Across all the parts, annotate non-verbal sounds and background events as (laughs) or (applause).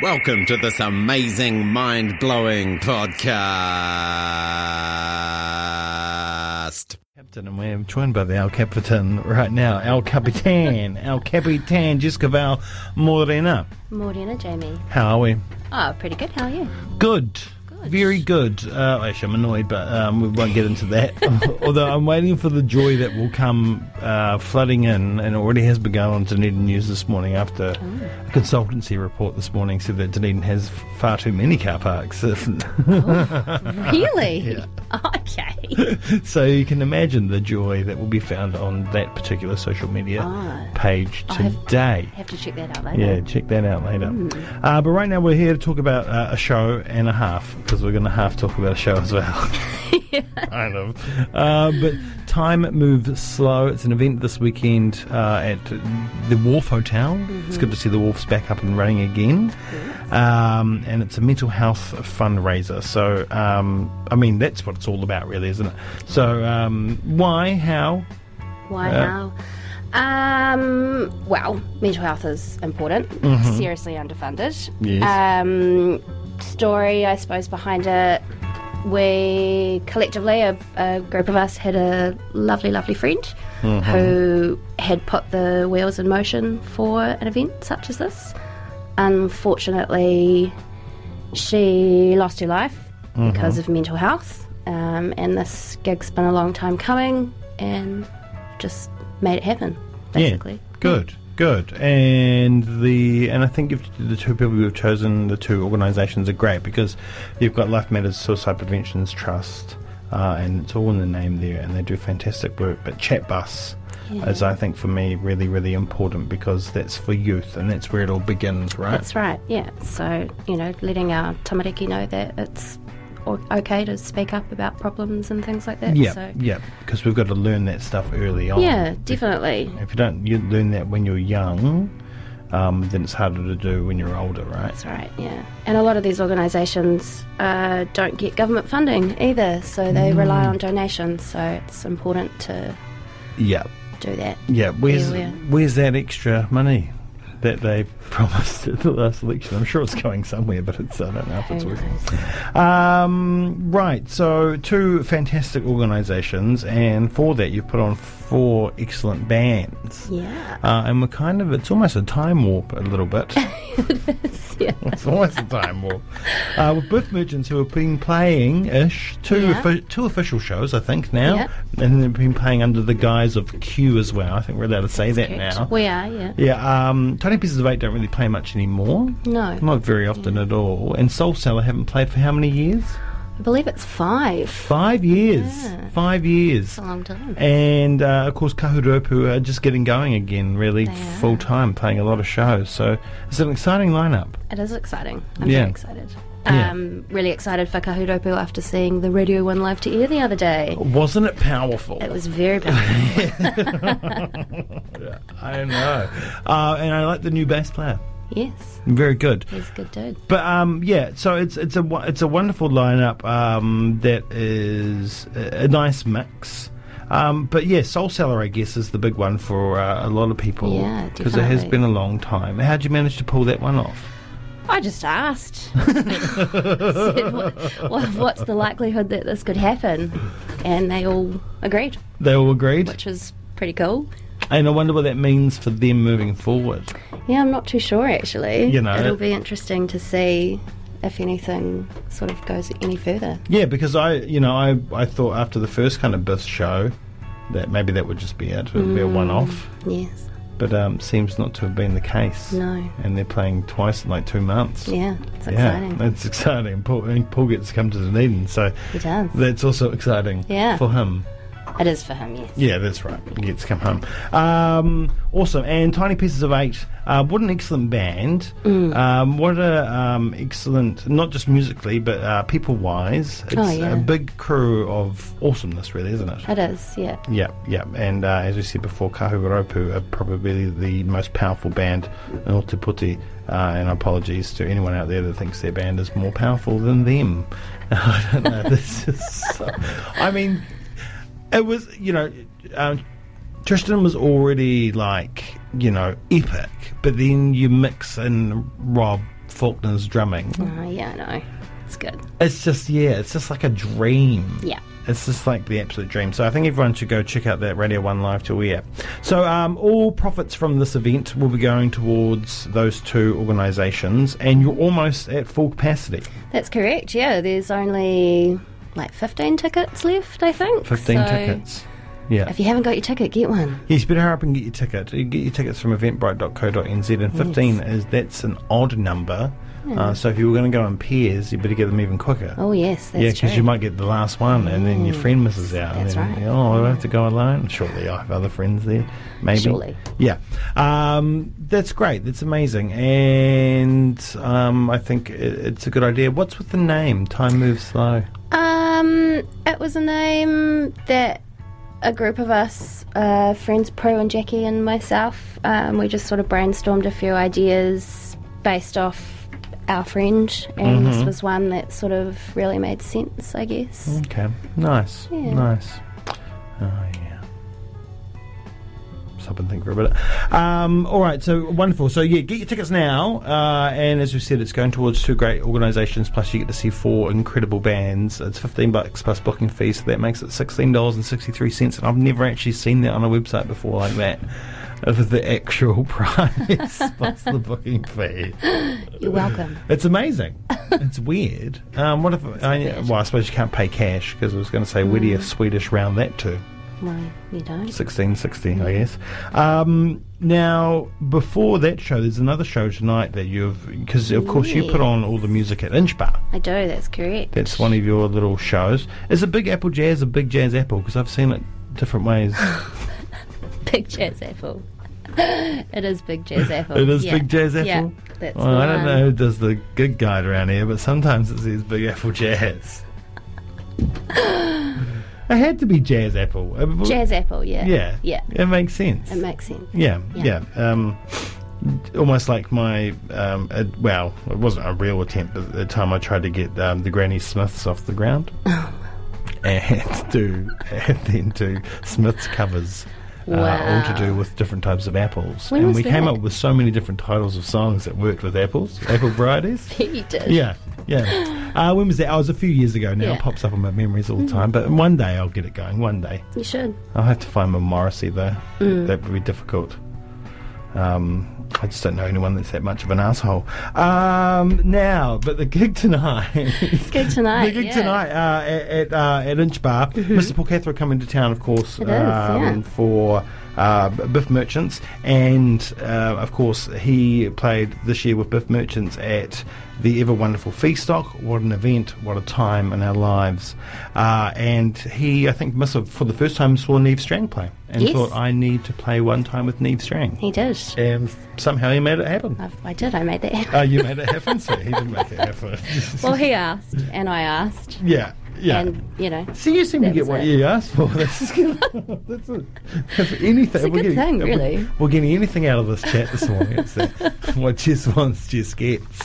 Welcome to this amazing, mind blowing podcast. Captain, and we're joined by the Al Capitan right now. Al Capitan, Al Capitan, Jessica Val Morena. Morena, Jamie. How are we? Oh, pretty good. How are you? Good. Good. Very good. Uh, actually, I'm annoyed, but um, we won't get into that. (laughs) Although I'm waiting for the joy that will come uh, flooding in, and already has begun on Dunedin News this morning after Oh. a consultancy report this morning said that Dunedin has far too many car parks. (laughs) (laughs) Really? Okay. so you can imagine the joy that will be found on that particular social media Ah. page I have- today. (laughs) Have to check that out Yeah, later. check that out later. Uh, but right now we're here to talk about uh, a show and a half because we're going to half talk about a show as well. (laughs) kind of. Uh, but time moves slow. It's an event this weekend uh, at the Wharf Hotel. It's good to see the Wharf's back up and running again. Um, and it's a mental health fundraiser. So, um, I mean, that's what it's all about, really, isn't it? So, um, why, how? Why Yeah. now? Um, well, mental health is important. Seriously underfunded. Mm-hmm. Yes. Um, story, I suppose, behind it. We collectively, a, a group of us, had a lovely, lovely friend Mm-hmm. who had put the wheels in motion for an event such as this. Unfortunately, she lost her life Mm-hmm. because of mental health, um, and this gig's been a long time coming, and just made it happen, basically. Hmm. Yeah, good, good. And the and I think you've, the two people you've chosen, the two organisations, are great because you've got Life Matters Suicide Prevention's Trust, uh, and it's all in the name there, and they do fantastic work. But Chatbus is, I think, for me, really, really important because that's for youth, and that's where it all begins, right? That's right, yeah. So, you know, letting our tamariki know that it's o- okay to speak up about problems and things like that. yeah, So, yeah, because we've got to learn that stuff early on. yeah, definitely. If you don't you learn that when you're young, um, then it's harder to do when you're older, right? That's right, yeah. And a lot of these organisations uh, don't get government funding either, so Mm. they rely on donations, so it's important to Yeah. do that. Yeah, where's Yeah, where's that extra money that they (laughs) promised at the last election? I'm sure it's going somewhere, but it's I don't know if it's Who working. knows? Um, right, so two fantastic organisations, and for that you've put on four excellent bands. (laughs) Yeah. Uh, and we're kind of, it's almost a time warp a little (laughs) bit. yeah. it's almost a time warp. Uh, with Birth Merchants, who have been playing ish, two, Yeah. offi- two official shows, I think, now. Yeah. And they've been playing under the guise of Q as well. I think we're allowed to say that Correct. now. We are, yeah. Yeah, um, Tiny Pieces of Eight don't really play much anymore. No. Not very often at all. And Soul Cellar haven't played for how many years? I believe it's five. Five years. Yeah. Five years. It's a long time. And uh, of course, Kahurupu are just getting going again, really They are. full time, playing a lot of shows. So it's an exciting lineup. It is exciting. I'm Yeah. very excited. Yeah. Um, really excited for Kahuropu after seeing the Radio 1 live to air the other day. Wasn't it powerful? It was very powerful. (laughs) I know. Uh, and I like the new bass player. yes, Very good. he's a good dude. But um, yeah, so it's it's a wo- it's a wonderful lineup um, that is a, a nice mix. Um, but yeah, Soul Cellar, I guess, is the big one for uh, a lot of people. Yeah, because it has definitely. been a long time. How'd you manage to pull that one off? I (laughs) just asked. Said, what, what, what's the likelihood that this could happen? And they all agreed, They all agreed, which was pretty cool. and I wonder what that means for them moving forward. Yeah, I'm not too sure actually. You know, it'll it- be interesting to see if anything sort of goes any further. Yeah, because I, you know, I I thought after the first kind of Biff show that maybe that would just be it. It would be a one-off, Yes. but um, seems not to have been the case. Mm. No. and they're playing twice in like two months. Yeah, it's exciting. Yeah, it's exciting. Paul, and Paul gets to come to Dunedin, so He does. that's also exciting Yeah. for him. It is for him, yes. Yeah, that's right. He gets to come home. Um, awesome. And Tiny Pieces of Eight, uh, what an excellent band. Mm. Um, what a um, excellent, not just musically, but uh, people wise. It's Oh, yeah. a big crew of awesomeness, really, isn't it? It is, yeah. Yeah, yeah, and uh, as we said before, Kahuropu are probably the most powerful band in Otiputi, uh, and apologies to anyone out there that thinks their band is more powerful than them. (laughs) I don't know, (laughs) this is so, I mean, it was, you know, um, Tristan was already like, you know, epic, but then you mix in Rob Faulkner's drumming. Uh, yeah, I know. It's good. It's just yeah, it's just like a dream. Yeah. It's just like the absolute dream. So I think everyone should go check out that Radio 1 Live Tour app. So um, all profits from this event will be going towards those two organisations, and you're almost at full capacity. That's correct. Yeah, there's only like 15 tickets left, I think. 15 So tickets. Yeah. If you haven't got your ticket, get one. Yes, you better hurry up and get your ticket. You get your tickets from eventbrite.co.nz, and 15 is that's an odd number. Hmm. Uh, so if you were going to go in pairs, you better get them even quicker. Oh yes, that's Yeah, true. because you might get the last one, and then your friend misses out. That's and then, right. Oh, I have to go alone. Surely I have other friends there. Maybe. Surely. Yeah. Um, that's great. That's amazing, and um, I think i it's a good idea. What's with the name? Time moves slow. Um, it was a name that a group of us, uh, friends Prue and Jackie and myself, um, we just sort of brainstormed a few ideas based off our friend, and Mm-hmm. this was one that sort of really made sense, I guess. Okay. Nice. Yeah. Nice. Oh yeah. Stop and think for a bit. Um, all right. So wonderful. So yeah, get your tickets now. Uh, and as we said, it's going towards two great organisations. Plus, you get to see four incredible bands. It's fifteen bucks plus booking fees, so that makes it sixteen dollars and sixty three cents. And I've never actually seen that on a website before like that. (laughs) Of the actual (laughs) price plus the booking fee. You're welcome. It's amazing. it's weird. Um, what if? I, weird. Well, I suppose you can't pay cash because I was going to say, where do you Swedish round that to? No, you don't. Sixteen, sixteen, I guess. Um, now, before that show, there's another show tonight that you've because of course you put on all the music at Inch Bar. I do. That's correct. That's one of your little shows. Is a Big Apple Jazz a Big Jazz Apple? Because I've seen it different ways. (laughs) Big Jazz Apple. (laughs) it is Big Jazz Apple. It is Yeah. Big Jazz Apple. Yeah, that's well, the I don't one. know who does the good guide around here, but sometimes it says Big Apple Jazz. it had to be Jazz Apple. Uh, but- Jazz Apple. Yeah. Yeah. Yeah. It makes sense. It makes sense. yeah. Yeah. Yeah. Um, almost like my um, uh, well, it wasn't a real attempt, but at the time I tried to get um, the Granny Smiths off the (laughs) ground. Oh. And (laughs) do and then do Smith's covers, uh, all to do Wow. with different types of apples. When and was we came that? up with so many different titles of songs that worked with apples, apple varieties. (laughs) You did. Yeah, yeah. Uh, when was that? Oh, it was a few years ago now. Yeah. Mm-hmm. It pops up in my memories all the time. But one day I'll get it going. One day. You should. I'll have to find my Morrissey though. That would be difficult. Um, I just don't know anyone that's that much of an asshole. Um, now, but the gig tonight. (laughs) Good tonight. The gig yeah. Mm-hmm. tonight uh, at at, uh, at Inch Bar. Mr. Paul Cathro coming to town, of course, It is, yeah. for uh, B- Biff Merchants, and uh, of course he played this year with Biff Merchants at the ever wonderful Feastock. What an event! What a time in our lives! Uh, and he, I think, must have for the first time saw Neve Strang play, and Yes. thought, "I need to play one time with Neve Strang." He Uh, did. And somehow he made it happen. I've, I did. I made that happen. Eh. Oh, you made it (laughs) happen, so he didn't make it happen. well, he asked, and I asked, yeah, yeah. and you know, So you seem to That get was what it. you asked for. (laughs) That's, (laughs) that's, a, that's anything. It's a good thing, really. We're getting anything out of this chat this morning. It's that (laughs) what Jess wants, Jess gets.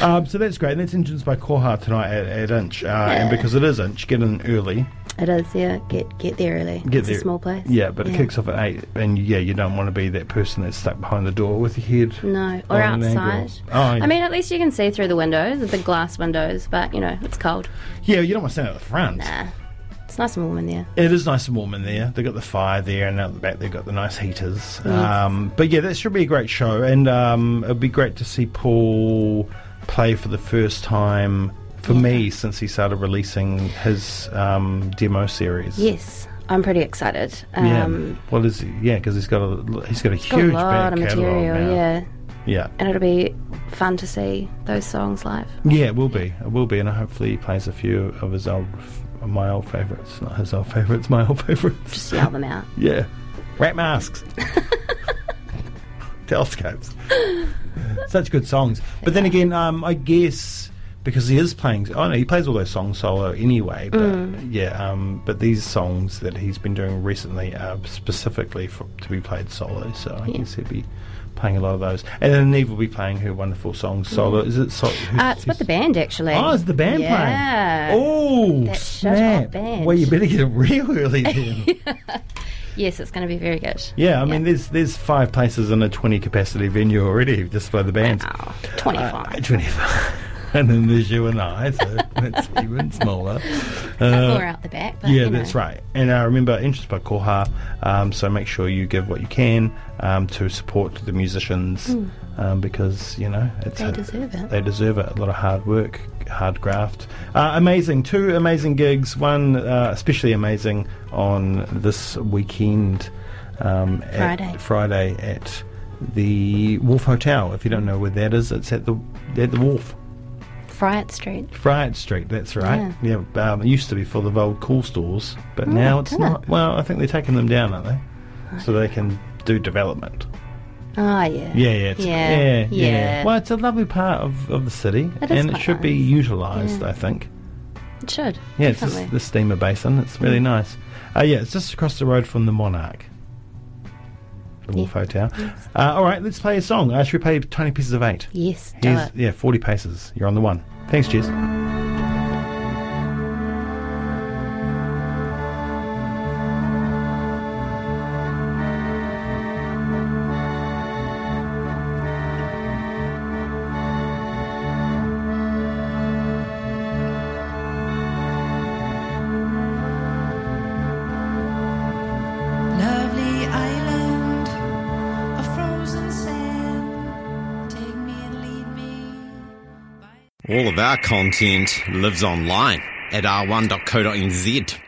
Um, so that's great. And that's Engines by Koha tonight at, at Inch. Uh, And Yeah. because it is Inch, get in early. it is. Yeah, get get there early. Get it's there. a small place. Yeah, but it kicks off at 8. And yeah, you don't want to be that person that's stuck behind the door with your head. No, or on an angle. outside. Oh, I mean, at least you can see through the windows, the big glass windows. But you know, it's cold. yeah, you don't want to stand at the front. Nah, it's nice and warm in there. It is nice and warm in there. They've got the fire there, and out the back they've got the nice heaters. Um, but yeah, that should be a great show, and um, it'd be great to see Paul play for the first time for me since he started releasing his um, demo series. Yes, I'm pretty excited. Yeah. Um, well, is he? yeah, because he's got a he's got a got huge a lot back of material. catalog now. Yeah, yeah, and it'll be fun to see those songs live. yeah, it will be, it will be, and hopefully he plays a few of his old, my old favorites, not his old (laughs) favorites, my old favorites. Just yell them out. Yeah. Rat masks. (laughs) Telescopes. Such good songs. But then again, um, I guess because he is playing, oh no, he plays all those songs solo anyway. But Mm. yeah, um, but these songs that he's been doing recently are specifically for, to be played solo. So I guess he'll be playing a lot of those. And then Neve will be playing her wonderful song solo. Is it solo? Mm. Uh, it's with the band actually. Oh, is the band yeah. playing? Oh, That shut-up snap! band. Well, you better get it real early then. yes, it's going to be very good. Yeah, I mean, there's there's five places in a 20 capacity venue already just by the bands. (laughs) Wow, 25. Uh, 25. and then there's you and I, so that's even smaller. Uh, or out the back. But, yeah, you know. that's right. And uh, remember, interest by Koha, um, so make sure you give what you can um, to support the musicians um, because, you know, it's Hmm. They a- deserve it. They deserve it. A lot of hard work, hard graft. Uh, amazing. Two amazing gigs, one uh, especially amazing on this weekend. Um, at- Friday. Friday at the Wharf Hotel. If you don't know where that is, it's at the at the Wharf. Friar Street. Friar Street, that's right. Yeah, um, it used to be full of old cool stores, but Oh, now it's didn't not. Well, I think they're taking them down, aren't they? So they can do development. Oh, yeah. Yeah, yeah, it's, Yeah, yeah, yeah. yeah. Well, it's a lovely part of, of the city, It is and it quite should be nice. utilised, Yeah. I think. It should. Yeah, it's definitely. Mm. just the steamer basin. It's really nice. Uh, yeah, it's just across the road from the Monarch, the Wolf Hotel. Uh, all right, let's play a song. Uh, should we play Tiny Pieces of Eight? yes, do Here's, it. yeah, 40 paces. You're on the one. Thanks, Jess. Lovely island of frozen sand. Take me and lead me. All of our content lives online at r1.co.nz.